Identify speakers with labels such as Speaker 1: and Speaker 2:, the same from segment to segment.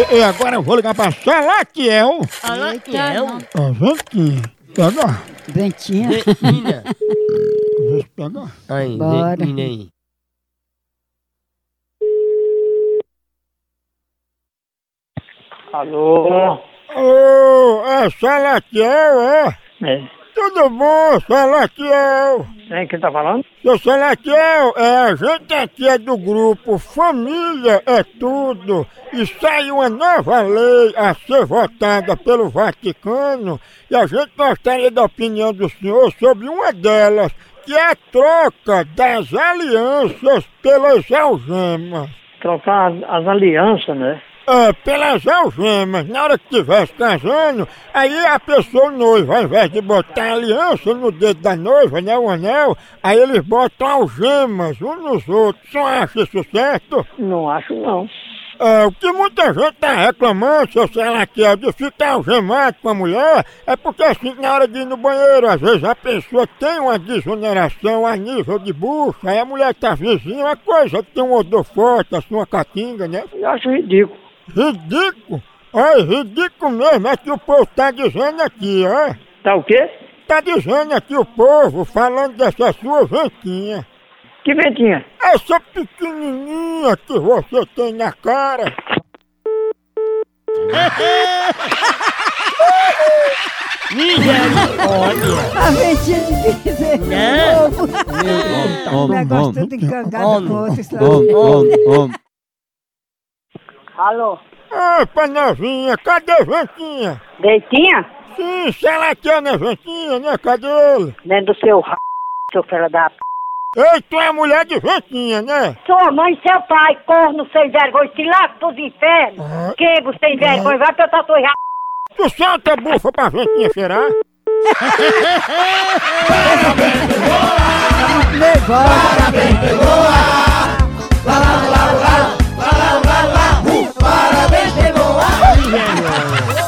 Speaker 1: E, e agora eu vou ligar pra Salaquiel.
Speaker 2: Olha que é um
Speaker 1: Ó, vem aqui. Pega.
Speaker 3: Ventinha.
Speaker 2: Betina.
Speaker 1: Vê se pega.
Speaker 2: Aí,
Speaker 3: Bora.
Speaker 2: Betina aí.
Speaker 4: Alô?
Speaker 1: Ô, é Salaquiel, é?
Speaker 4: É.
Speaker 1: Tudo bom, Salaquiel?
Speaker 4: Quem que tá falando?
Speaker 1: Seu Salaquiel, é, a gente aqui é do grupo Família é Tudo e saiu uma nova lei a ser votada pelo Vaticano e a gente gostaria da opinião do senhor sobre uma delas, que é a troca das alianças pelas algemas.
Speaker 4: Trocar as, as alianças, né?
Speaker 1: É, pelas algemas, na hora que estivesse casando, aí a pessoa noiva, ao invés de botar a aliança no dedo da noiva, né, o anel, aí eles botam algemas uns nos outros. Só acha isso certo?
Speaker 4: Não acho não.
Speaker 1: É, o que muita gente tá reclamando, se sei lá que é, de ficar algemado com a mulher, é porque assim, na hora de ir no banheiro, às vezes a pessoa tem uma desoneração a nível de bucha, aí a mulher tá vizinha, uma coisa que tem um odor forte, assim, uma catinga, né?
Speaker 4: Eu acho ridículo.
Speaker 1: Ridículo! Olha, ridículo mesmo é que o povo tá dizendo aqui, ó.
Speaker 4: Tá o quê?
Speaker 1: Tá dizendo aqui o povo, falando dessa sua ventinha.
Speaker 4: Que ventinha?
Speaker 1: Essa pequenininha que você tem na cara.
Speaker 3: A ventinha de dizer
Speaker 2: É.
Speaker 3: de novo. O negócio tudo encangado com outro. isso lá.
Speaker 5: Alô,
Speaker 1: Opa, novinha, cadê a ventinha?
Speaker 5: Deitinha?
Speaker 1: Sim, se ela quer na ventinha, né? Cadê ele?
Speaker 5: Dentro do seu r... seu filho da p...
Speaker 1: Ei, tu é mulher de ventinha, né?
Speaker 5: Sua mãe e seu pai, corno sem vergonha, se lasca pros infernos.
Speaker 1: Ah.
Speaker 5: Quebo sem vergonha, vai pra tua r...
Speaker 1: Tu solta a bufa pra ventinha cheirar?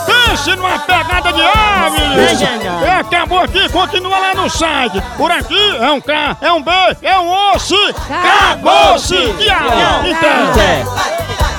Speaker 1: Pense numa pegada de ar, menino! É, acabou aqui, continua lá no site. Por aqui é um K, é um B, é um osso. Acabou-se! Tchau! Então.
Speaker 2: É.
Speaker 6: vai, vai.